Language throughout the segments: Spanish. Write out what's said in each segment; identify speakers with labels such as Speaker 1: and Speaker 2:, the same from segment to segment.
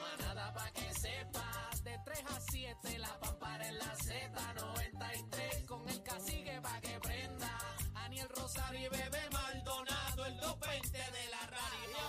Speaker 1: manada pa' que sepas. De 3 a 7, la pampara en la Z93. Con el cacique pa' que prenda. Aniel Rosario y Bebé Maldonado, el 220 de la radio.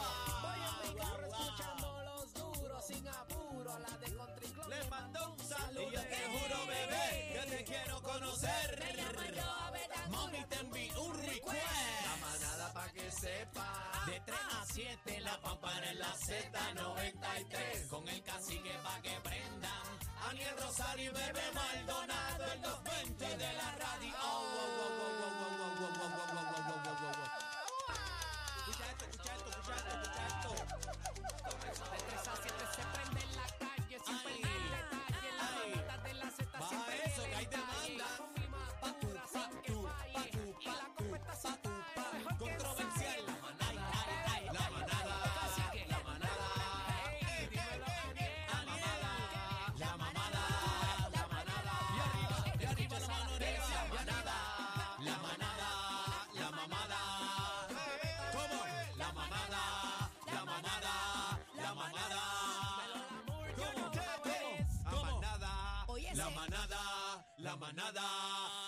Speaker 1: Voy en mi carro escuchando los duros sin apuro. La de Country Club.
Speaker 2: Le mando un saludo.
Speaker 1: Saludos.
Speaker 2: Y yo te juro, bebé, que te quiero conocer.
Speaker 1: Eh, Me llamo yo, Betancur.
Speaker 2: Mami, te envío un request.
Speaker 1: La manada pa' que sepa. De 3 a 7, la pampara en la Z93. Con el cacique pa' que prendan.
Speaker 2: Aniel Rosario y Bebé Maldonado, el 220 de la radio. Escucha esto, escucha esto, escucha esto, escucha esto.
Speaker 1: De 3 a 7 se prende en la calle. Sin
Speaker 2: Ay.
Speaker 1: perder el detalle. La
Speaker 2: Ay.
Speaker 1: manada de la Z
Speaker 2: Baja
Speaker 1: siempre en
Speaker 2: eso,
Speaker 1: el
Speaker 2: que hay
Speaker 1: detalle.
Speaker 2: demanda.
Speaker 1: Con mi
Speaker 2: Pa' tu,
Speaker 1: madura,
Speaker 2: pa'
Speaker 1: sin que
Speaker 2: tu, pa'
Speaker 1: falle.
Speaker 2: tu,
Speaker 1: Y
Speaker 2: pa'
Speaker 1: la
Speaker 2: tu,
Speaker 1: copa está
Speaker 2: pa' tu,
Speaker 1: sin falle.
Speaker 2: pa' tu.
Speaker 1: Mejor que
Speaker 2: Controversial.
Speaker 1: falle.
Speaker 2: La manada, ay, ay, la manada,
Speaker 1: Cacique.
Speaker 2: la manada.
Speaker 1: Ey,
Speaker 2: Ey,
Speaker 1: dímelo,
Speaker 2: ey,
Speaker 1: Aniel.
Speaker 2: ey, la manada, la manada, la manada. Y arriba, y arriba la mano derecha. La manada, la manada, la mamada. ¿Cómo? La manada, la manada, la manada. ¿Cómo? ¿Cómo? La manada,
Speaker 3: Oye,
Speaker 2: la
Speaker 3: ese-
Speaker 2: manada, la manada,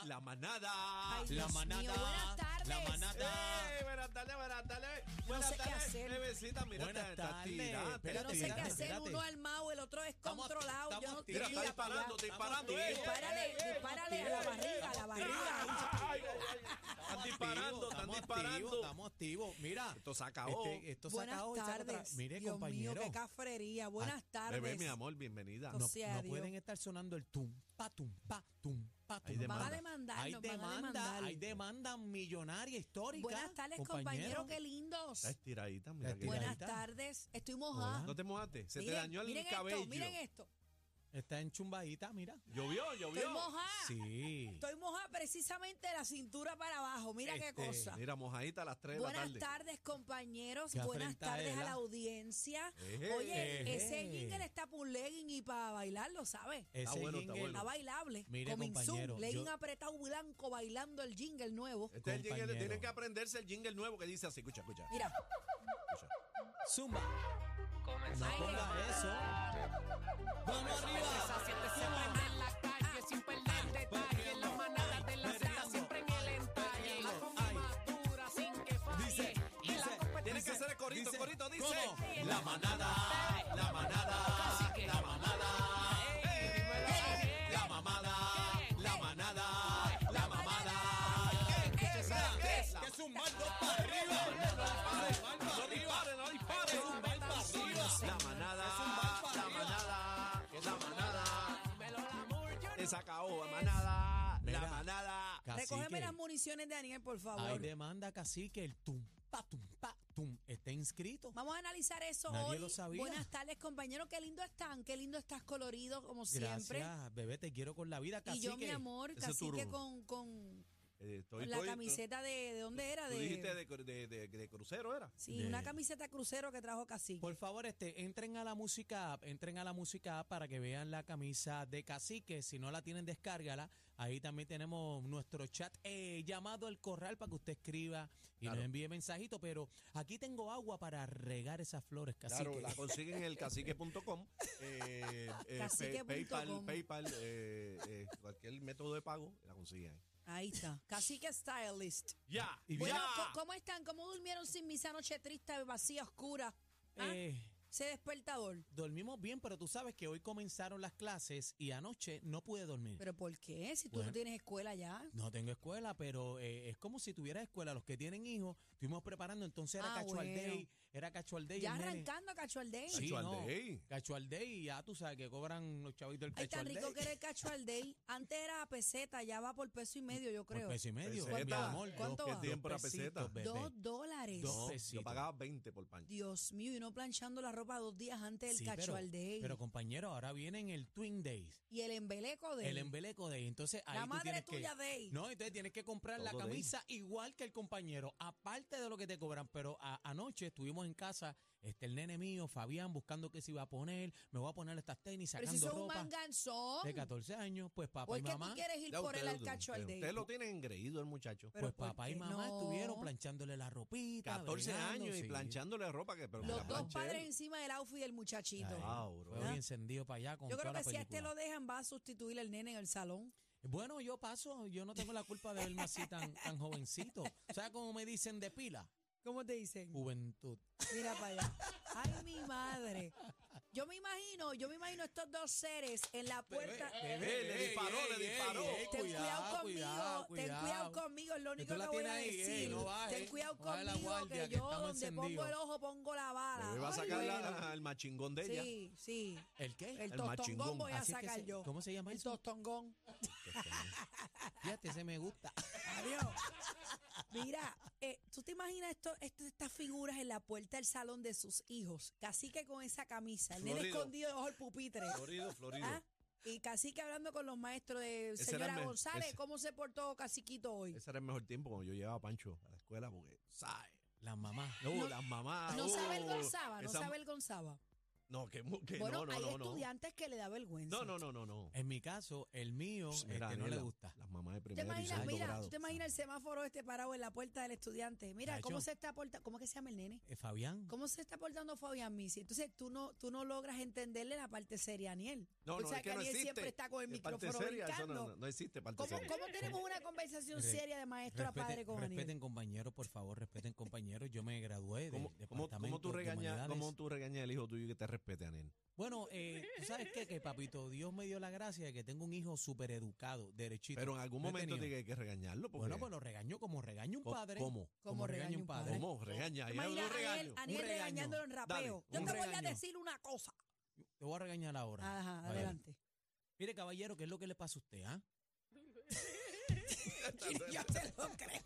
Speaker 2: la manada,
Speaker 3: Ay,
Speaker 2: la
Speaker 3: Dios
Speaker 2: manada,
Speaker 3: mío, buenas tardes.
Speaker 2: la manada.
Speaker 4: ¡Ey! Buenas tardes, buenas tardes.
Speaker 3: no
Speaker 4: Buenas
Speaker 3: sé qué
Speaker 4: tardes,
Speaker 3: hacer.
Speaker 4: Bebecita, mira,
Speaker 2: Buenas
Speaker 4: te- estás
Speaker 2: tardes.
Speaker 4: tirada, te-
Speaker 3: Yo no sé
Speaker 2: Espérate,
Speaker 3: qué hacer,
Speaker 2: espérate.
Speaker 3: uno armado, el otro
Speaker 2: Estamos-
Speaker 3: descontrolado. Yo
Speaker 2: estamos
Speaker 3: no
Speaker 2: tirados.
Speaker 3: Mira,
Speaker 2: Está disparando,
Speaker 3: para allá.
Speaker 2: disparando,
Speaker 4: ey,
Speaker 3: Dispárale,
Speaker 4: eh. ey, ey,
Speaker 3: dispárale
Speaker 4: ey,
Speaker 3: a la
Speaker 4: ey,
Speaker 3: barriga, a la barriga.
Speaker 4: Ay, ay, ay. Están
Speaker 2: Estamos
Speaker 4: disparando,
Speaker 2: activos,
Speaker 4: están
Speaker 2: estamos activos,
Speaker 4: disparando.
Speaker 2: Estamos activos. Mira,
Speaker 4: Esto se acabó.
Speaker 2: este- esto se
Speaker 3: Buenas
Speaker 2: acabó. y se acabó.
Speaker 3: tardes.
Speaker 2: Mire,
Speaker 3: Dios
Speaker 2: compañero.
Speaker 3: mío, qué cafrería. Buenas tardes.
Speaker 4: Bebé, mi amor, bienvenida.
Speaker 3: No,
Speaker 2: no,
Speaker 3: sea
Speaker 2: no
Speaker 3: Dios.
Speaker 2: pueden estar sonando el tum, pa, tum, pa, tum, pa, tum.
Speaker 4: Hay demanda. Van a
Speaker 3: demandarnos,
Speaker 2: Hay
Speaker 3: van a
Speaker 2: demanda,
Speaker 3: demandar.
Speaker 2: hay demanda millonaria histórica.
Speaker 3: Buenas tardes, compañero, qué lindos.
Speaker 4: Está estiradita, mira.
Speaker 2: Está
Speaker 4: que-
Speaker 2: estirada.
Speaker 3: Buenas
Speaker 2: tiradita.
Speaker 3: tardes, estoy mojada.
Speaker 4: No te mojaste, se
Speaker 3: Miren,
Speaker 4: te dañó el
Speaker 3: miren
Speaker 4: cabello.
Speaker 3: Esto, miren esto.
Speaker 2: Está en chumbadita, mira.
Speaker 3: Ah.
Speaker 4: Llovió, llovió.
Speaker 3: Estoy mojada.
Speaker 2: Sí.
Speaker 3: Estoy mojada precisamente de la cintura para abajo. Mira qué
Speaker 2: Este,
Speaker 3: cosa.
Speaker 4: Mira, mojadita a las 3 de la
Speaker 3: Buenas
Speaker 4: tarde.
Speaker 3: tardes, compañeros.
Speaker 2: Qué
Speaker 3: Buenas
Speaker 2: afrenta
Speaker 3: tardes
Speaker 2: es,
Speaker 3: a la
Speaker 2: ¿verdad?
Speaker 3: audiencia.
Speaker 4: Ejé,
Speaker 2: Eh,
Speaker 3: Oye,
Speaker 2: ejé.
Speaker 3: ese jingle está por legging y para bailarlo, ¿sabes?
Speaker 2: Ese
Speaker 4: Está bueno, está
Speaker 2: jingle-
Speaker 4: bueno.
Speaker 3: Está bailable.
Speaker 2: Mire,
Speaker 3: Comenzó.
Speaker 2: compañero,
Speaker 3: Legging
Speaker 2: yo- Eh.
Speaker 3: apretado blanco bailando el jingle nuevo.
Speaker 4: Este es el jingle,
Speaker 2: Compañero.
Speaker 4: tienen que aprenderse el jingle nuevo que dice así. Escucha, escucha.
Speaker 3: Mira,
Speaker 4: escucha.
Speaker 2: Zumba. No
Speaker 3: Ay,
Speaker 2: ponga eso.
Speaker 1: De 3 a 7
Speaker 2: Vamos arriba.
Speaker 1: se prende en la calle.
Speaker 3: Ah.
Speaker 1: Sin perder el detalle. La manada de la Z
Speaker 2: perreando,
Speaker 1: siempre en el entalle. La
Speaker 2: perreando,
Speaker 1: combi
Speaker 2: ay.
Speaker 1: más dura, sin que falle.
Speaker 2: Dice,
Speaker 1: Y la
Speaker 2: dice,
Speaker 1: copa está
Speaker 4: Tienes que
Speaker 1: sin
Speaker 4: hacer el corito,
Speaker 2: dice,
Speaker 4: el corito dice.
Speaker 2: ¿cómo?
Speaker 4: La manada, la manada,
Speaker 1: Cacique.
Speaker 4: la manada.
Speaker 1: Ey,
Speaker 4: ey,
Speaker 1: dímelo,
Speaker 4: ey,
Speaker 1: ey.
Speaker 4: La mamada, la manada, la mamada.
Speaker 1: ey,
Speaker 4: ¿Qué es?
Speaker 2: Que zumbar dos para arriba.
Speaker 4: No dispare, no dispare.
Speaker 2: Es un bar para arriba.
Speaker 4: La manada,
Speaker 2: Es un bar para
Speaker 4: la
Speaker 2: arriba.
Speaker 4: manada, la manada.
Speaker 1: Dímelo, la mur, yo no
Speaker 4: Te sacao, la manada, la
Speaker 2: Mira.
Speaker 4: manada.
Speaker 3: recógeme
Speaker 2: Cacique,
Speaker 3: las municiones de Daniel, por
Speaker 2: Hay
Speaker 3: favor.
Speaker 2: demanda, cacique. El tum, pa, tum, pa, tum. Está inscrito.
Speaker 3: Vamos a analizar eso
Speaker 2: Nadie
Speaker 3: hoy.
Speaker 2: lo sabía.
Speaker 3: Buenas tardes, compañeros. Qué lindo están, qué lindo estás colorido, como siempre.
Speaker 2: Gracias, bebé, te quiero con la vida,
Speaker 3: Y
Speaker 2: cacique.
Speaker 3: yo, mi amor,
Speaker 4: ese es tu
Speaker 3: cacique
Speaker 4: rumbo.
Speaker 3: con, con
Speaker 4: Eh, estoy-
Speaker 3: la
Speaker 4: estoy-
Speaker 3: camiseta de, ¿de dónde era?
Speaker 4: Tú dijiste de, de- de- de crucero, ¿era?
Speaker 3: Sí,
Speaker 2: De-
Speaker 3: una camiseta crucero que trajo Cacique.
Speaker 2: Por favor, este, entren a la música app, entren a la música app para que vean la camisa de cacique. Si no la tienen, descárgala. Ahí también tenemos nuestro chat eh, llamado El Corral para que usted escriba y
Speaker 4: Claro.
Speaker 2: nos envíe mensajito. Pero aquí tengo agua para regar esas flores, cacique.
Speaker 4: Claro, la consiguen en el cacique.com, eh, eh,
Speaker 3: Cacique punto
Speaker 4: Pay- PayPal,
Speaker 3: com.
Speaker 4: PayPal eh, eh, cualquier método de pago, la consiguen ahí.
Speaker 3: Ahí está. Cacique Stylist.
Speaker 4: ¡Ya!
Speaker 2: Y
Speaker 3: Bueno,
Speaker 4: ¡Ya!
Speaker 3: ¿co- ¿cómo están? ¿Cómo durmieron sin misa noche triste, vacía, oscura? ¿Ah?
Speaker 2: Eh,
Speaker 3: Ese despertador.
Speaker 2: dormimos bien, pero tú sabes que hoy comenzaron las clases y anoche no pude dormir.
Speaker 3: ¿Pero por qué? Si tú
Speaker 2: Bueno.
Speaker 3: no tienes escuela ya.
Speaker 2: No tengo escuela, pero eh, es como si tuviera escuela. Los que tienen hijos, estuvimos preparando, entonces era
Speaker 3: Ah,
Speaker 2: casual
Speaker 3: bueno.
Speaker 2: day, era casual day.
Speaker 3: Ya
Speaker 2: el nene-
Speaker 3: arrancando, Cachualdey.
Speaker 2: Sí,
Speaker 4: Cacho al
Speaker 2: no,
Speaker 4: day.
Speaker 2: Cacho al day, y ya tú sabes que cobran los chavitos el
Speaker 3: Ay,
Speaker 2: cacho
Speaker 3: tan
Speaker 2: al
Speaker 3: rico
Speaker 2: day.
Speaker 3: que era el Cachualdey. Antes era a peseta, ya va por peso y medio, yo
Speaker 2: Por
Speaker 3: creo.
Speaker 2: peso y medio, pues,
Speaker 4: Peseta.
Speaker 2: mi amor.
Speaker 3: ¿Cuánto
Speaker 2: dos-
Speaker 3: va?
Speaker 2: dos
Speaker 4: Tiempo era
Speaker 2: pesitos,
Speaker 4: peseta.
Speaker 2: bebé.
Speaker 3: Dos dólares.
Speaker 2: Dos
Speaker 4: No,
Speaker 2: pesito.
Speaker 4: yo pagaba 20 por pancho.
Speaker 3: Dios mío, y uno planchando la ropa dos días antes del
Speaker 2: Sí, pero-
Speaker 3: Cachualdey.
Speaker 2: Pero compañero, ahora vienen el Twin Days.
Speaker 3: y el embeleco de
Speaker 2: El embeleco day. Entonces, ahí
Speaker 3: La
Speaker 2: tú
Speaker 3: madre
Speaker 2: tienes que-
Speaker 3: tuya day.
Speaker 2: No, entonces tienes que comprar la
Speaker 4: Todo day.
Speaker 2: camisa igual que el compañero, aparte de lo que te cobran. Pero a- anoche estuvimos en casa Este, el nene mío, Fabián, buscando qué se iba a poner, me voy a poner estas tenis,
Speaker 3: Pero
Speaker 2: sacando
Speaker 3: si son un
Speaker 2: ropa
Speaker 3: manganzón.
Speaker 2: de 14 años, pues papá
Speaker 3: ¿Por
Speaker 2: y
Speaker 3: qué tú
Speaker 2: mamá.
Speaker 3: quieres ir
Speaker 4: Ya
Speaker 3: por el
Speaker 4: ustedes-
Speaker 3: alcacho al
Speaker 4: ustedes-
Speaker 3: de
Speaker 4: Ustedes lo tienen engreído el muchacho.
Speaker 3: Pero
Speaker 2: pues papá y
Speaker 3: ¿por qué
Speaker 2: mamá
Speaker 3: no?
Speaker 2: estuvieron planchándole la ropita.
Speaker 4: 14
Speaker 2: bregando,
Speaker 4: años
Speaker 2: sí.
Speaker 4: y planchándole ropa que pero que la
Speaker 3: Los dos
Speaker 4: planche
Speaker 3: padres
Speaker 4: él.
Speaker 3: encima del outfit del muchachito.
Speaker 2: Ay,
Speaker 4: Wow,
Speaker 2: fue
Speaker 4: bro.
Speaker 2: bien encendido para allá con
Speaker 3: Yo
Speaker 2: toda
Speaker 3: creo
Speaker 2: la
Speaker 3: que si a este
Speaker 2: película.
Speaker 3: lo dejan, va a sustituir el nene en el salón.
Speaker 2: Bueno, yo paso, yo no tengo la culpa de verme así tan, tan jovencito. ¿Sabes cómo me dicen de pila?
Speaker 3: ¿Cómo te dicen?
Speaker 2: Juventud.
Speaker 3: Mira para allá. Ay, mi madre. Yo me imagino, yo me imagino estos dos seres en la puerta.
Speaker 4: Eh, le disparó, le disparó.
Speaker 3: Ten cuidado, conmigo, ten cuidado conmigo, es lo único
Speaker 2: tú la
Speaker 3: que voy a
Speaker 2: tienes ahí, eh,
Speaker 3: decir.
Speaker 2: no bajes,
Speaker 3: ten cuidado
Speaker 2: no bajes la
Speaker 3: conmigo,
Speaker 2: guardia,
Speaker 3: que
Speaker 2: que
Speaker 3: yo
Speaker 2: estamos
Speaker 3: donde pongo
Speaker 2: encendidos.
Speaker 3: el ojo pongo la bala.
Speaker 4: Bebé va a
Speaker 3: Ay,
Speaker 4: sacar la-
Speaker 3: bueno.
Speaker 4: el machingón de ella.
Speaker 3: Sí, sí.
Speaker 2: ¿El qué?
Speaker 3: El,
Speaker 4: El
Speaker 3: tostongón
Speaker 4: machingón.
Speaker 3: voy a
Speaker 2: Así es que
Speaker 3: sacar
Speaker 2: se-
Speaker 3: yo.
Speaker 2: ¿Cómo se llama
Speaker 3: El
Speaker 2: eso?
Speaker 3: tostongón.
Speaker 2: Fíjate, ese me gusta.
Speaker 3: Adiós. Mira, eh, ¿tú te imaginas esto, est- estas figuras en la puerta del salón de sus hijos? Cacique con esa camisa, el nene
Speaker 4: Florido.
Speaker 3: escondido debajo del pupitre.
Speaker 4: Florido, Florido.
Speaker 3: ¿ah? Y Cacique hablando con los maestros de
Speaker 4: Ese era el
Speaker 3: señora
Speaker 4: me-
Speaker 3: González,
Speaker 4: ese-
Speaker 3: ¿cómo se portó Caciquito hoy?
Speaker 4: Ese era el mejor tiempo cuando yo llevaba a Pancho a la escuela porque, ¿sabes?
Speaker 2: La mamá.
Speaker 4: No, las mamás.
Speaker 2: uh.
Speaker 3: No
Speaker 4: oh,
Speaker 3: sabe el Gonzaba, no
Speaker 4: esa-
Speaker 3: sabe el Gonzaba.
Speaker 4: No, que, mu- que
Speaker 3: Bueno,
Speaker 4: no, no,
Speaker 3: hay
Speaker 4: no, no.
Speaker 3: estudiantes que le da vergüenza.
Speaker 4: No, no, no, no, no.
Speaker 2: En mi caso, el mío,
Speaker 4: Pss,
Speaker 2: este,
Speaker 4: Pues mira,
Speaker 2: no le
Speaker 4: nena,
Speaker 2: gusta.
Speaker 4: Las mamás de
Speaker 3: ¿Te
Speaker 4: primera y
Speaker 3: imaginas,
Speaker 4: segundo
Speaker 3: mira,
Speaker 4: grado.
Speaker 3: ¿tú te imaginas el semáforo este parado en la puerta del estudiante? Mira,
Speaker 2: Chacho.
Speaker 3: ¿cómo se está portando? ¿Cómo es que se llama el nene?
Speaker 2: Eh, Fabián.
Speaker 3: ¿Cómo se está portando Fabián Misi? Entonces tú no, tú no logras entenderle la parte seria a Aniel.
Speaker 4: No,
Speaker 3: o
Speaker 4: no,
Speaker 3: sea,
Speaker 4: es que no
Speaker 3: Aniel
Speaker 4: existe.
Speaker 3: siempre está con el
Speaker 4: Es parte
Speaker 3: micrófono
Speaker 4: seria, eso
Speaker 3: brincando.
Speaker 4: no, no, no existe parte
Speaker 3: ¿Cómo,
Speaker 4: seria.
Speaker 3: cómo tenemos una conversación
Speaker 2: Re-
Speaker 3: seria de maestro a padre con
Speaker 2: respeten,
Speaker 3: Aniel?
Speaker 2: compañeros, por favor, respeten, compañeros. Yo me gradué de
Speaker 4: ¿Cómo, cómo, cómo tú regañas, cómo tú regañas al hijo tuyo que te respete a
Speaker 2: Bueno, eh, ¿tú ¿sabes qué? Que papito, Dios me dio la gracia de que tengo un hijo súper educado, derechito.
Speaker 4: Pero en algún
Speaker 2: No he
Speaker 4: momento
Speaker 2: tenido.
Speaker 4: tiene que, que regañarlo. Porque,
Speaker 2: Bueno, pues lo regaño como regaño un
Speaker 4: ¿cómo-
Speaker 2: padre.
Speaker 4: ¿Cómo?
Speaker 3: Como regaña un padre.
Speaker 4: ¿Cómo? Regaña.
Speaker 3: ¿Te
Speaker 4: ya lo
Speaker 3: imaginas a Aniel,
Speaker 4: regaño.
Speaker 3: a Aniel
Speaker 2: un regaño.
Speaker 3: regañándolo en rapeo?
Speaker 4: Dale,
Speaker 3: Yo
Speaker 2: un
Speaker 3: te voy a
Speaker 2: regaño.
Speaker 3: decir una cosa.
Speaker 2: Te voy a regañar ahora.
Speaker 3: Ajá,
Speaker 2: Vale.
Speaker 3: adelante.
Speaker 2: Mire, caballero, ¿qué es lo que le pasa a usted, ah?
Speaker 3: Yo te lo creo.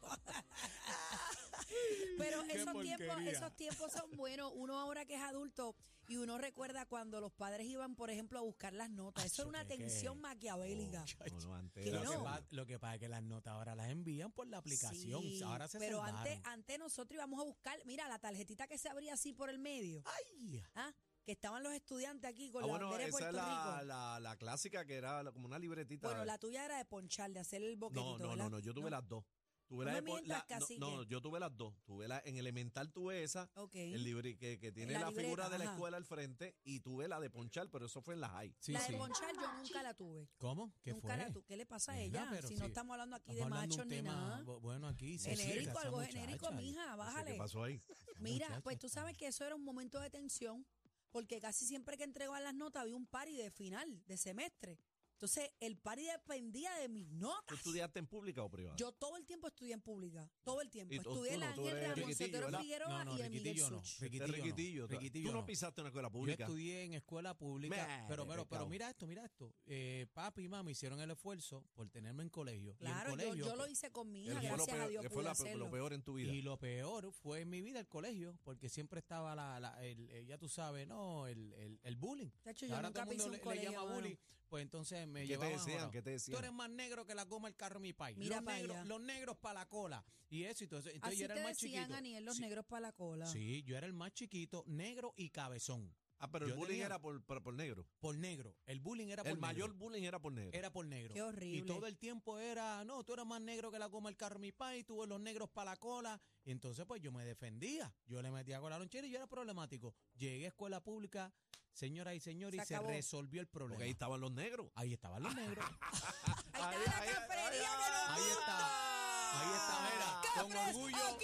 Speaker 3: Pero
Speaker 2: Qué
Speaker 3: esos tiempos,
Speaker 2: porquería.
Speaker 3: esos tiempos son buenos. Uno ahora que es adulto y uno recuerda cuando los padres iban, por ejemplo, a buscar las notas. Eso
Speaker 2: Acho,
Speaker 3: era una
Speaker 2: que- que-
Speaker 3: tensión maquiavélica.
Speaker 4: No, no, antes
Speaker 3: Que
Speaker 4: era
Speaker 2: Lo, que
Speaker 3: no.
Speaker 4: así.
Speaker 2: pa- lo que pasa es que las notas ahora las envían por la aplicación.
Speaker 3: Sí,
Speaker 2: ahora se
Speaker 3: Pero
Speaker 2: salvaron.
Speaker 3: antes, antes nosotros íbamos a buscar, mira, la tarjetita que se abría así por el medio,
Speaker 2: Ay,
Speaker 3: ¿ah? que estaban los estudiantes aquí con
Speaker 4: Ah,
Speaker 3: la
Speaker 4: bueno,
Speaker 3: bandera de
Speaker 4: esa
Speaker 3: Puerto
Speaker 4: es la,
Speaker 3: Rico.
Speaker 4: la, la clásica que era la- como una libretita.
Speaker 3: Bueno, la tuya era de ponchar, de hacer el boquetito,
Speaker 4: no, no,
Speaker 3: ¿verdad?
Speaker 4: no, no, yo tuve las dos. Tuve
Speaker 3: No
Speaker 4: la,
Speaker 3: me
Speaker 4: de po-
Speaker 3: mientas,
Speaker 4: la- no,
Speaker 3: cacique.
Speaker 4: no, yo tuve las dos. Tuve la, en elemental tuve esa,
Speaker 3: Ok.
Speaker 4: el libre que, que tiene
Speaker 3: La
Speaker 4: la,
Speaker 3: libreta,
Speaker 4: figura de la
Speaker 3: ajá. Ah,
Speaker 4: escuela al frente, y tuve la de ponchar, pero eso fue en la high.
Speaker 2: sí,
Speaker 3: la
Speaker 2: sí.
Speaker 3: de ponchar yo nunca la tuve.
Speaker 2: ¿Cómo? ¿Qué
Speaker 3: nunca
Speaker 2: fue?
Speaker 3: la tuve. ¿Qué le pasa a
Speaker 2: Nena,
Speaker 3: ella?
Speaker 2: pero
Speaker 3: Si no
Speaker 2: sí.
Speaker 3: estamos hablando aquí
Speaker 2: Estamos
Speaker 3: de
Speaker 2: hablando de
Speaker 3: machos
Speaker 2: un
Speaker 3: ni
Speaker 2: tema,
Speaker 3: nada.
Speaker 2: bu- bueno, aquí sí.
Speaker 3: Genérico,
Speaker 2: esa
Speaker 3: algo
Speaker 2: muchacha,
Speaker 3: genérico, mija,
Speaker 4: No sé
Speaker 3: bájale.
Speaker 4: ¿Qué pasó ahí?
Speaker 2: esa
Speaker 3: Mira,
Speaker 2: muchacha
Speaker 3: pues tú
Speaker 2: está-
Speaker 3: sabes que eso era un momento de tensión, porque casi siempre que entregaban las notas había un party de final, de semestre. Entonces, el party dependía de mis
Speaker 4: ¿Tú
Speaker 2: Pues
Speaker 3: notas.
Speaker 4: estudiaste en pública o privada?
Speaker 3: Yo todo el tiempo estudié en pública, todo el tiempo.
Speaker 4: Y tú-
Speaker 3: Estudié en
Speaker 4: tú
Speaker 3: la
Speaker 4: no, tú
Speaker 3: Ángel
Speaker 4: eres
Speaker 3: Ramón
Speaker 4: riquitillo,
Speaker 3: Sotero
Speaker 4: ¿verdad?
Speaker 3: Figueroa
Speaker 2: No, no,
Speaker 3: y en Miguel
Speaker 2: riquitillo no.
Speaker 3: Such.
Speaker 4: Este
Speaker 2: Riquitillo no,
Speaker 4: riquitillo,
Speaker 2: riquitillo
Speaker 4: Tú no
Speaker 2: no.
Speaker 4: pisaste una escuela
Speaker 2: Yo
Speaker 4: pública.
Speaker 2: estudié en escuela pública,
Speaker 4: Meh,
Speaker 2: pero, pero, pero
Speaker 4: pecado.
Speaker 2: mira esto, mira esto. Eh, papi y mami hicieron el esfuerzo por tenerme en colegio.
Speaker 3: Claro,
Speaker 2: y en
Speaker 3: yo,
Speaker 2: colegio,
Speaker 3: yo lo hice con mi
Speaker 4: Que
Speaker 3: hija,
Speaker 4: fue lo
Speaker 3: gracias
Speaker 4: peor,
Speaker 3: a Dios
Speaker 4: que fue
Speaker 3: pude
Speaker 4: la-
Speaker 3: hacerlo.
Speaker 4: lo peor en tu vida.
Speaker 2: Y lo peor fue en mi vida el colegio, porque siempre estaba la, la- el, el- ya tú sabes, no, el, el, el bullying.
Speaker 3: Chacho,
Speaker 2: Que
Speaker 3: yo
Speaker 2: ahora
Speaker 3: nunca
Speaker 2: todo el mundo
Speaker 3: pisé un
Speaker 2: le, le
Speaker 3: colegio,
Speaker 2: llama
Speaker 3: mano.
Speaker 2: bullying, pues entonces me
Speaker 4: ¿Qué te
Speaker 2: llevaban
Speaker 4: decían?
Speaker 2: jorado.
Speaker 4: ¿Qué te
Speaker 2: Tú eres
Speaker 4: decían?
Speaker 2: más negro que la goma del carro de mi país.
Speaker 3: Mira
Speaker 2: los,
Speaker 3: pa'
Speaker 2: negros,
Speaker 3: allá.
Speaker 2: los negros para la cola. Y eso, y todo eso. Entonces
Speaker 3: Así
Speaker 2: yo era
Speaker 3: te
Speaker 2: el más
Speaker 3: decían,
Speaker 2: chiquito.
Speaker 3: Aniel, los
Speaker 2: sí,
Speaker 3: negros para la cola.
Speaker 2: sí, yo era el más chiquito, negro y cabezón.
Speaker 4: Ah, pero el
Speaker 2: Yo
Speaker 4: bullying
Speaker 2: tenía-
Speaker 4: era por, por, por negro.
Speaker 2: Por negro. El bullying era por
Speaker 4: El
Speaker 2: negro.
Speaker 4: mayor bullying era por negro.
Speaker 2: Era por negro.
Speaker 3: Qué horrible.
Speaker 2: Y todo el tiempo era, no, tú eras más negro que la goma del carro de mi país, tú los negros para la cola. Y entonces, pues yo me defendía. Yo le metía con la lonchera y yo era problemático. Llegué a escuela pública, señoras y señores,
Speaker 3: Se
Speaker 2: y se
Speaker 3: acabó. Ah.
Speaker 2: resolvió el problema.
Speaker 4: Porque ahí estaban los negros.
Speaker 2: Ahí estaban los negros.
Speaker 4: Ahí-
Speaker 3: Ahí está
Speaker 4: ahí-
Speaker 3: la cafrería
Speaker 4: ahí-
Speaker 3: que nos
Speaker 2: ahí está.
Speaker 3: gusta.
Speaker 2: Ahí está, mira, con
Speaker 3: ¡Cafres
Speaker 2: orgullo.
Speaker 3: ah, aquí!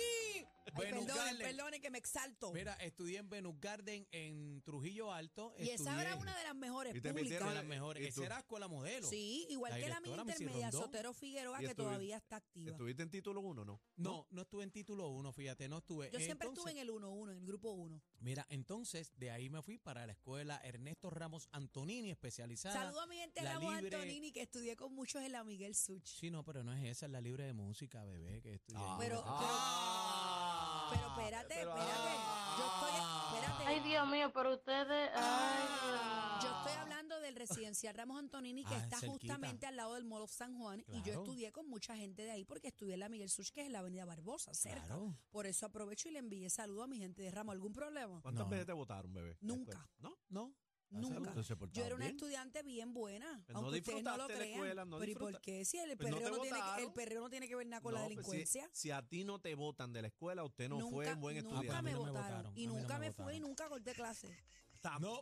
Speaker 3: Ay,
Speaker 2: Venus
Speaker 3: perdonen,
Speaker 2: Garden.
Speaker 3: perdonen que me exalto.
Speaker 2: Mira, estudié en Venus Garden en Trujillo Alto.
Speaker 3: y esa
Speaker 2: estudié
Speaker 3: era una de las mejores
Speaker 4: Y te
Speaker 2: una de
Speaker 3: públicas.
Speaker 4: metieron-
Speaker 2: las mejores.
Speaker 4: ¿Y tú?
Speaker 2: Esa era escuela modelo.
Speaker 3: Sí, igual
Speaker 2: La
Speaker 3: que la mía
Speaker 2: directora, Missy
Speaker 3: intermedia,
Speaker 2: Rondón.
Speaker 3: Sotero Figueroa,
Speaker 4: Y
Speaker 3: que
Speaker 4: estuvi-
Speaker 3: todavía está activa.
Speaker 4: ¿Estuviste en título 1 no?
Speaker 2: No, no estuve en título uno, fíjate, no estuve.
Speaker 3: Yo siempre
Speaker 2: Entonces-
Speaker 3: estuve en el 1-1, en el grupo 1.
Speaker 2: Mira, entonces de ahí me fui para la escuela Ernesto Ramos Antonini, especializada.
Speaker 3: Saludos a mi gente
Speaker 2: la
Speaker 3: Ramos
Speaker 2: libre-
Speaker 3: Antonini, que estudié con muchos en la Miguel Such.
Speaker 2: Sí, no, pero no es esa, es la libre de música, bebé, que Ah, estudié. ahí.
Speaker 3: Ah, Pero-
Speaker 4: Ah.
Speaker 3: Pero espérate,
Speaker 4: Pero-
Speaker 3: espérate. Yo estoy,
Speaker 4: Ah.
Speaker 3: espérate.
Speaker 5: Ay, Dios mío, pero ustedes. Ay, Dios mío.
Speaker 3: Ah. Yo estoy hablando de del residencial Ramos Antonini, que
Speaker 2: Ah,
Speaker 3: está
Speaker 2: cerquita.
Speaker 3: justamente al lado del Mall of San Juan. Y yo
Speaker 2: Claro.
Speaker 3: estudié con mucha gente de ahí porque estudié en la Miguel Such, que es en la Avenida Barbosa, cerca.
Speaker 2: Claro.
Speaker 3: Por eso aprovecho y le envié saludo a mi gente de Ramos. ¿Algún problema?
Speaker 4: ¿Cuántas
Speaker 2: No.
Speaker 4: veces te votaron, bebé?
Speaker 3: Nunca.
Speaker 4: ¿No?
Speaker 2: No.
Speaker 3: Nunca.
Speaker 2: Entonces se portaban
Speaker 3: Yo era una
Speaker 2: bien.
Speaker 3: estudiante bien buena,
Speaker 4: Pues no
Speaker 3: aunque ustedes no lo
Speaker 4: disfrutaste de la
Speaker 3: crean.
Speaker 4: escuela, no
Speaker 3: pero ¿y por
Speaker 4: disfruta-
Speaker 3: qué? Si el
Speaker 4: Pues no
Speaker 3: perreo
Speaker 4: te
Speaker 3: no, tiene que, el
Speaker 4: votaron.
Speaker 3: perreo no tiene que ver nada con la
Speaker 4: No, pues, si-
Speaker 3: delincuencia.
Speaker 4: si, a ti no te votan de la escuela, usted no fue un buen
Speaker 3: nunca
Speaker 4: estudiante.
Speaker 3: me
Speaker 2: A mí no me
Speaker 3: votaron.
Speaker 2: votaron,
Speaker 3: Y
Speaker 2: a mí no
Speaker 3: nunca
Speaker 2: me
Speaker 3: me fui y
Speaker 2: votaron.
Speaker 3: nunca corté clase.
Speaker 2: No.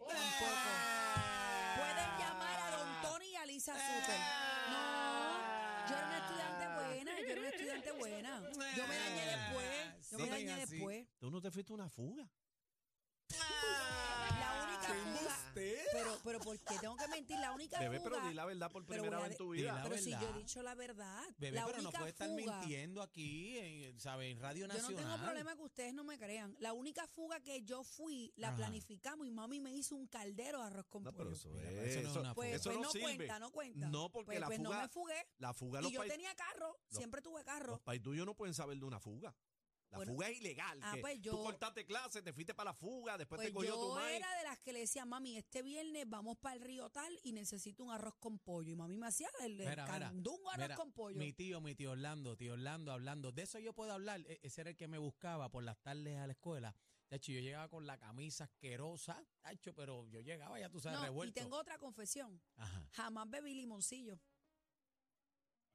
Speaker 3: Pueden llamar a Don Tony y a Lisa Suter. No, yo era una estudiante buena, yo era una estudiante buena. Yo me dañé después,
Speaker 2: No
Speaker 3: yo me
Speaker 2: te
Speaker 3: dañé
Speaker 2: digas así.
Speaker 3: después.
Speaker 4: Tú no te fuiste a una fuga.
Speaker 3: La única
Speaker 2: ¡Qué
Speaker 3: fuga,
Speaker 2: embustero!
Speaker 3: pero, pero ¿por qué tengo que mentir? La única
Speaker 4: Bebé, pero
Speaker 3: fuga-
Speaker 4: di la verdad por
Speaker 3: pero
Speaker 4: primera
Speaker 3: voy a
Speaker 4: vez en tu
Speaker 3: de-
Speaker 2: di la
Speaker 4: vida.
Speaker 3: Pero si yo
Speaker 2: verdad.
Speaker 3: he dicho la verdad,
Speaker 2: Bebé,
Speaker 3: la
Speaker 2: pero no
Speaker 3: única
Speaker 2: puede estar
Speaker 3: fuga,
Speaker 2: mintiendo aquí, en, ¿sabe? En Radio
Speaker 3: Yo no
Speaker 2: Nacional.
Speaker 3: tengo problema que ustedes no me crean. La única fuga que yo fui, la
Speaker 2: Ajá.
Speaker 3: planificamos y mami me hizo un caldero de arroz con
Speaker 4: No, pero
Speaker 3: pollo.
Speaker 4: eso,
Speaker 2: Mira,
Speaker 4: es-
Speaker 2: pero eso no es una
Speaker 3: Pues,
Speaker 2: fuga.
Speaker 4: eso
Speaker 3: pues
Speaker 4: no
Speaker 3: no,
Speaker 4: sirve.
Speaker 3: cuenta, no cuenta.
Speaker 4: No, porque
Speaker 3: Pues-
Speaker 4: la
Speaker 3: pues no
Speaker 4: fuga-
Speaker 3: me fugué.
Speaker 4: La fuga los
Speaker 3: Y yo
Speaker 4: países
Speaker 3: tenía carro,
Speaker 4: Los-
Speaker 3: siempre tuve carro.
Speaker 4: Los pais tuyos no pueden saber de una fuga. La
Speaker 3: Bueno.
Speaker 4: fuga es ilegal.
Speaker 3: Ah,
Speaker 4: que
Speaker 3: pues
Speaker 4: Tú
Speaker 3: yo-
Speaker 4: cortaste clase, te fuiste para la fuga, después
Speaker 3: Pues
Speaker 4: te cogió tu
Speaker 3: yo
Speaker 4: madre.
Speaker 3: era de las que le decía, mami, este viernes vamos para el río tal y necesito un arroz con pollo. Y mami me hacía el, el
Speaker 2: Mira, mira,
Speaker 3: candungo arroz
Speaker 2: Mira,
Speaker 3: con pollo.
Speaker 2: Mi tío, mi tío Orlando, tío Orlando, hablando. De eso yo puedo hablar. E- Ese era el que me buscaba por las tardes a la escuela. De hecho, yo llegaba con la camisa asquerosa, tacho, pero yo llegaba, ya tú sabes,
Speaker 3: No,
Speaker 2: revuelto.
Speaker 3: y tengo otra confesión.
Speaker 2: Ajá,
Speaker 3: Jamás bebí limoncillo.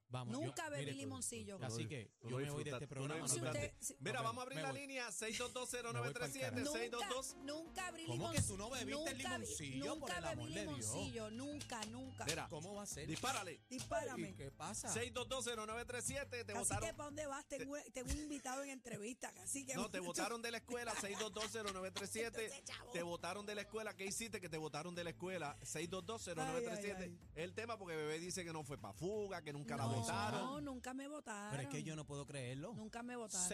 Speaker 2: vamos, yo-
Speaker 3: Nunca bebí
Speaker 2: mire,
Speaker 3: limoncillo.
Speaker 4: tú-
Speaker 2: Así que
Speaker 4: tú
Speaker 2: yo
Speaker 4: lo
Speaker 2: me voy de
Speaker 4: disfrutas-
Speaker 2: este
Speaker 4: tú lo
Speaker 2: programa. no
Speaker 3: Si
Speaker 2: tengo-
Speaker 3: usted-
Speaker 4: disfrutaste.
Speaker 3: si-
Speaker 4: Mira,
Speaker 2: Me
Speaker 4: vamos a
Speaker 2: voy.
Speaker 4: abrir la línea
Speaker 2: Me
Speaker 4: 6220937,
Speaker 2: voy pa'l
Speaker 4: 622.
Speaker 3: nunca abrí
Speaker 2: ¿Cómo que tú no bebiste
Speaker 3: nunca
Speaker 2: el
Speaker 3: vi-
Speaker 2: limoncillo, por
Speaker 3: Nunca
Speaker 2: el
Speaker 3: bebí
Speaker 2: amor de Dios?
Speaker 3: limoncillo, nunca, nunca.
Speaker 4: Mira,
Speaker 2: ¿Cómo va a ser?
Speaker 4: dispárale.
Speaker 2: ¿Y
Speaker 3: Dispárame.
Speaker 2: qué pasa?
Speaker 4: 6220937, te
Speaker 3: Así que
Speaker 4: votaron.
Speaker 3: para dónde vas, tengo, tengo un invitado en entrevista, así que
Speaker 4: No, te votaron de la escuela, 6220937.
Speaker 3: Entonces, chavo.
Speaker 4: Te votaron de la escuela. ¿Qué hiciste que te votaron de la escuela? 6220937.
Speaker 3: Ay,
Speaker 4: Es
Speaker 3: ay, ay.
Speaker 4: el tema porque bebé dice que no fue para fuga, que nunca la votaron.
Speaker 3: no, No, nunca me votaron.
Speaker 2: Pero es que yo no puedo creerlo.
Speaker 3: Nunca me votaron.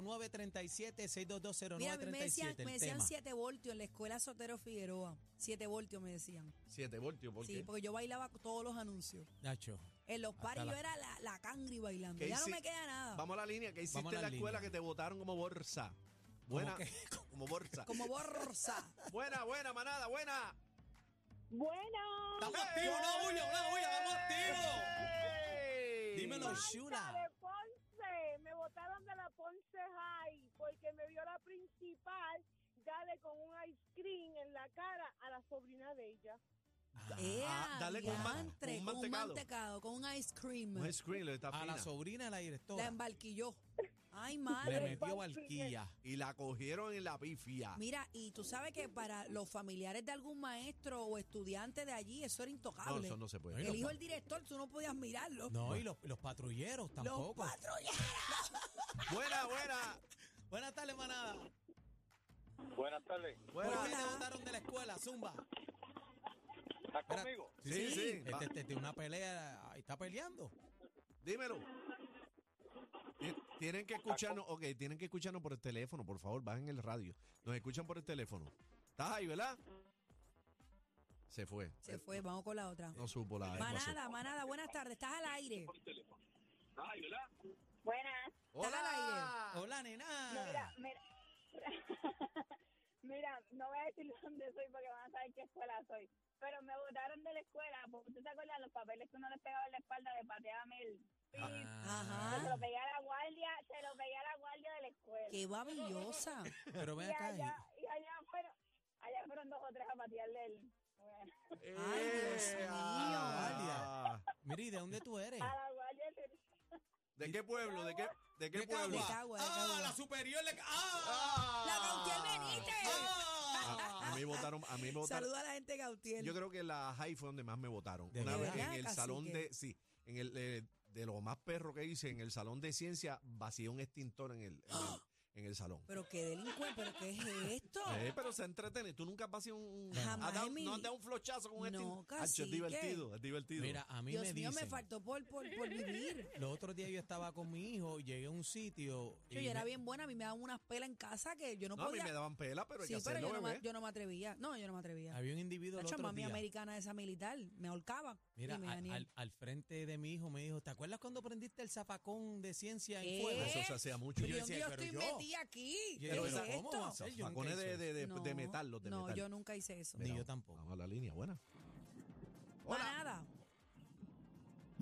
Speaker 2: 6220937, 6220937.
Speaker 3: Mira, a mí me decían,
Speaker 2: el
Speaker 3: me decían
Speaker 2: tema.
Speaker 3: 7 voltios en la escuela Sotero Figueroa. 7 voltios me decían.
Speaker 4: 7 voltios, ¿por
Speaker 3: sí,
Speaker 4: qué?
Speaker 3: porque yo bailaba todos los anuncios.
Speaker 2: Nacho,
Speaker 3: En los
Speaker 2: Hasta
Speaker 3: paris
Speaker 2: la-
Speaker 3: yo era la, la cangri bailando.
Speaker 4: ¿Qué
Speaker 3: Ya no
Speaker 4: hici-
Speaker 3: me queda nada.
Speaker 4: Vamos a la línea. ¿Qué hiciste
Speaker 2: Vamos a la
Speaker 4: en la escuela
Speaker 2: línea.
Speaker 4: que te votaron como bolsa? Buena.
Speaker 2: qué?
Speaker 4: Como bolsa.
Speaker 3: Como borrosa.
Speaker 4: buena, buena, manada, buena.
Speaker 5: Bueno,
Speaker 2: Estamos activos, una bulla, una bulla, vamos activos.
Speaker 4: ¡Ey!
Speaker 2: Dímelo,
Speaker 5: Marta
Speaker 2: Shula.
Speaker 5: de Ponce, me votaron de la Ponce High porque me vio la principal darle con un ice cream en la cara a la sobrina de ella.
Speaker 2: Ah,
Speaker 3: Ea,
Speaker 4: dale con ma-
Speaker 3: diantre,
Speaker 4: con
Speaker 3: con un
Speaker 4: mantecado.
Speaker 3: mantecado, con un ice cream.
Speaker 4: Un screen, lo está
Speaker 2: Ah, A la
Speaker 4: fina.
Speaker 2: sobrina de la
Speaker 3: La
Speaker 2: directora.
Speaker 3: embarquilló. Ay,
Speaker 2: Le
Speaker 3: madre.
Speaker 2: metió valquilla.
Speaker 4: Y la cogieron en la pifia.
Speaker 3: Mira, y tú sabes que para los familiares de algún maestro o estudiante de allí, eso era
Speaker 4: No,
Speaker 3: intocable.
Speaker 4: eso no se puede.
Speaker 2: Mira,
Speaker 3: el hijo
Speaker 2: pa-
Speaker 3: del director, tú no podías mirarlo.
Speaker 2: No, y los, los patrulleros
Speaker 3: los
Speaker 2: tampoco.
Speaker 3: patrulleros.
Speaker 4: Buena, buena.
Speaker 2: Buenas tardes, manada.
Speaker 6: Buenas tardes.
Speaker 4: Buena.
Speaker 2: ¿Por qué te
Speaker 3: Hola.
Speaker 2: votaron de la escuela, Zumba?
Speaker 6: ¿Estás
Speaker 2: Mira,
Speaker 6: conmigo?
Speaker 4: Sí, sí, va.
Speaker 2: Este, este, tiene una pelea, ahí está peleando.
Speaker 4: Dímelo. Ti- Tienen que escucharnos, ok, tienen que escucharnos por el teléfono, por favor, bajen el radio. Nos escuchan por el teléfono. ¿Estás ahí, verdad? Se fue.
Speaker 3: Se fue, vamos con la otra.
Speaker 2: Eh,
Speaker 4: No supo la no supo.
Speaker 3: Manada, manada, buenas tardes. Estás al aire.
Speaker 5: Buenas.
Speaker 3: Estás al aire.
Speaker 4: Ah.
Speaker 2: Hola, nena.
Speaker 5: Mira, mira. Mira, no voy a decir dónde soy porque van a saber qué escuela soy. Pero me votaron de la escuela porque usted se acuerda los papeles que uno le pegaba en la espalda de pateaba el
Speaker 2: Ah.
Speaker 5: pis.
Speaker 3: Ajá.
Speaker 5: Se lo pegué a la guardia, se lo pegué a la guardia de la escuela.
Speaker 3: Qué babillosa.
Speaker 2: Pero
Speaker 5: Y
Speaker 2: ven acá.
Speaker 5: allá, y allá fueron, allá fueron dos o tres a patearle el.
Speaker 3: Ay, Dios
Speaker 4: Eh,
Speaker 3: mío.
Speaker 4: ah.
Speaker 2: y- Mira, ¿y de dónde tú eres?
Speaker 3: Ah,
Speaker 5: A la guardia del-
Speaker 4: ¿De qué pueblo? ¿De qué, de qué
Speaker 2: De
Speaker 4: pueblo?
Speaker 3: De Cagua, de
Speaker 2: Ah,
Speaker 3: Cagua.
Speaker 2: la superior. le- ¡Ah!
Speaker 4: Ah.
Speaker 3: La Gautier Benítez.
Speaker 4: Ah, a mí votaron, a mí me votaron.
Speaker 3: Saluda a la gente Gautier.
Speaker 4: Yo creo que la high fue donde más me votaron.
Speaker 2: ¿De
Speaker 4: Una vez
Speaker 2: verdad?
Speaker 4: en el
Speaker 3: Cacique.
Speaker 4: salón de, sí, en el eh, de lo más perro que hice, en el salón de ciencia, vacié un extintor en el, en el, en el salón.
Speaker 3: Pero qué delincuente, pero qué es esto.
Speaker 4: Eh, pero se entretiene. Tú nunca has vaciado un.
Speaker 3: Jamás
Speaker 4: has dado-
Speaker 3: en mi
Speaker 4: no has
Speaker 3: vida.
Speaker 4: dado un flochazo con un
Speaker 3: No,
Speaker 4: extintor. Hacho,
Speaker 3: cacique.
Speaker 4: Es divertido, es divertido.
Speaker 2: Mira, a mí
Speaker 3: Dios
Speaker 2: me
Speaker 3: mío,
Speaker 2: dicen.
Speaker 3: me faltó por, por, por vivir.
Speaker 2: Los otros días yo estaba con mi hijo, llegué a un sitio.
Speaker 3: Yo,
Speaker 2: y
Speaker 3: yo era
Speaker 2: me-
Speaker 3: bien buena, a mí me daban unas pelas en casa que yo no,
Speaker 4: no, a mí
Speaker 3: podía.
Speaker 4: me daban pela, pero hay
Speaker 3: sí,
Speaker 4: que
Speaker 3: pero
Speaker 4: hacerlo,
Speaker 3: yo no, me,
Speaker 4: bebé.
Speaker 3: yo no me atrevía. No, yo no me atrevía.
Speaker 2: Había un individuo
Speaker 3: La
Speaker 2: el otro
Speaker 3: mami
Speaker 2: día.
Speaker 3: americana esa militar, me ahorcaba.
Speaker 2: Mira,
Speaker 3: Dime,
Speaker 2: al-
Speaker 3: Daniel.
Speaker 2: al, al frente de mi hijo me dijo, ¿te acuerdas cuando prendiste el zapacón de ciencia en
Speaker 3: ¿Qué?
Speaker 2: fuego?
Speaker 4: Eso se hacía mucho.
Speaker 3: pero
Speaker 2: yo
Speaker 3: yo,
Speaker 2: decía,
Speaker 3: yo
Speaker 2: pero
Speaker 3: estoy
Speaker 2: yo-
Speaker 3: metida aquí.
Speaker 2: Yo
Speaker 3: ¿Qué
Speaker 2: decía,
Speaker 3: es
Speaker 2: pero ¿cómo va a
Speaker 3: esto?
Speaker 2: ser? Yo nunca
Speaker 4: Tacones
Speaker 2: hice
Speaker 4: de, de, de, de metal, los de
Speaker 3: no,
Speaker 4: metal.
Speaker 3: yo nunca hice eso.
Speaker 2: Ni
Speaker 4: Mira,
Speaker 2: yo tampoco.
Speaker 4: Vamos a la línea, buena. Hola.
Speaker 3: Manada.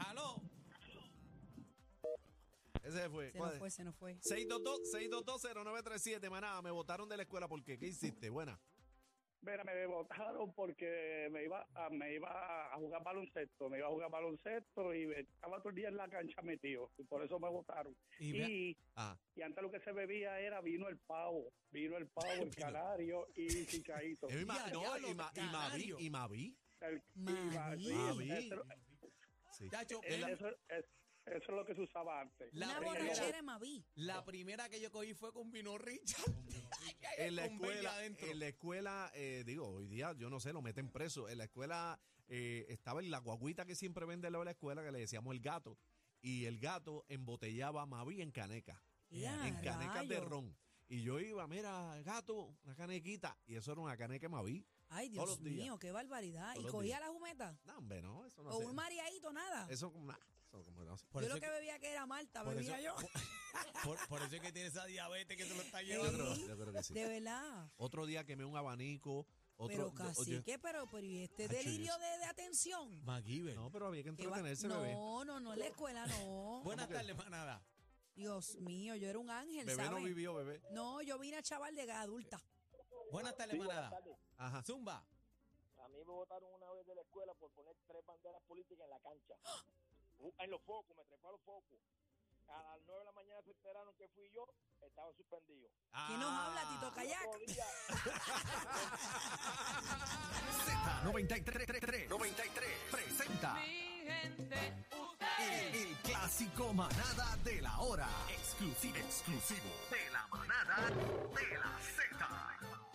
Speaker 2: Aló.
Speaker 4: Ese fue.
Speaker 3: Se nos
Speaker 4: ¿Cuál
Speaker 3: fue,
Speaker 4: es?
Speaker 3: se nos fue.
Speaker 4: 622-622-0937, manada, me votaron de la escuela, ¿por qué? ¿Qué hiciste? Buena.
Speaker 7: Mira, me votaron porque me iba, a, me iba a jugar baloncesto, me iba a jugar baloncesto y estaba todo el día en la cancha metido, y por eso me votaron.
Speaker 2: Y ve-
Speaker 7: Y,
Speaker 4: Ah,
Speaker 7: y antes lo que se bebía era vino el pavo, vino el pavo, el
Speaker 4: Vino. Eh,
Speaker 7: canario y chicadito.
Speaker 4: y ma-
Speaker 2: Ya,
Speaker 4: no,
Speaker 2: diablo,
Speaker 4: y, ma- y Mavi,
Speaker 2: canario.
Speaker 4: y Mavi.
Speaker 7: El- y
Speaker 3: Maní.
Speaker 7: va- sí,
Speaker 4: Mavi.
Speaker 7: eso-
Speaker 4: Sí.
Speaker 2: Chacho,
Speaker 7: eso-
Speaker 2: la-
Speaker 7: Eh, eso es eso es lo que se usaba antes.
Speaker 2: La
Speaker 3: Una
Speaker 2: primera-
Speaker 3: borrachera
Speaker 4: Eh,
Speaker 3: en Maví.
Speaker 2: la primera que yo cogí fue con vino Richard.
Speaker 4: En la
Speaker 2: Con veinte
Speaker 4: escuela,
Speaker 2: adentro.
Speaker 4: en la escuela eh, digo, hoy día, yo no sé, lo meten preso. En la escuela eh, estaba en la guaguita que siempre vende al lado de la escuela, que le decíamos el gato. Y el gato embotellaba a Mavi en caneca,
Speaker 3: Ya,
Speaker 2: Ah,
Speaker 4: en canecas de
Speaker 3: rayos.
Speaker 4: ron. Y yo iba, mira, gato, una canequita. Y eso era una caneca de Mavi.
Speaker 3: Ay,
Speaker 4: Todos
Speaker 3: Dios
Speaker 4: los días.
Speaker 3: mío, qué barbaridad.
Speaker 4: Todos
Speaker 3: y
Speaker 4: los
Speaker 3: cogía
Speaker 4: días.
Speaker 3: la jumeta.
Speaker 4: No, hombre, no, eso no
Speaker 3: o
Speaker 4: sé.
Speaker 3: un mareadito, nada.
Speaker 4: Eso como, nah, eso como no sé.
Speaker 2: Por
Speaker 3: yo
Speaker 2: eso
Speaker 3: lo
Speaker 2: es
Speaker 3: que
Speaker 2: que-
Speaker 3: bebía que era Malta,
Speaker 4: por
Speaker 3: bebía yo.
Speaker 2: Por, por eso es que tiene esa diabetes que se lo está
Speaker 4: Yo
Speaker 2: llevando.
Speaker 4: creo, yo creo que sí.
Speaker 3: De verdad.
Speaker 4: Otro día quemé un abanico. Otro,
Speaker 3: pero
Speaker 4: yo- yo-
Speaker 3: casi que, pero, pero ¿y este
Speaker 4: Acho, yo
Speaker 3: delirio de, de atención?
Speaker 2: MacGyver.
Speaker 4: no, pero había que
Speaker 3: Que va-
Speaker 4: entretenerse,
Speaker 3: no,
Speaker 4: bebé.
Speaker 3: no, no, en la escuela no.
Speaker 2: Buenas tardes, manada.
Speaker 3: Dios mío, yo era un ángel,
Speaker 4: Bebé no
Speaker 3: ¿sabes?
Speaker 4: vivió, bebé.
Speaker 3: No, yo vine a chaval de adulta.
Speaker 2: Buenas tardes,
Speaker 6: Sí, buenas
Speaker 2: manada.
Speaker 6: tardes.
Speaker 4: Ajá.
Speaker 2: Zumba.
Speaker 6: A mí me votaron una vez de la escuela por poner tres banderas políticas en la cancha. Uh, En los focos, me trepé a los focos. A las nueve de la mañana se enteraron que fui yo, estaba suspendido.
Speaker 3: ¿Quién nos habla,
Speaker 2: Ah.
Speaker 3: Tito
Speaker 6: Y
Speaker 3: Kayak?
Speaker 6: otro día-
Speaker 8: Z93 93 presenta el, el clásico manada de la hora. Exclusivo, exclusivo de la manada de la Z.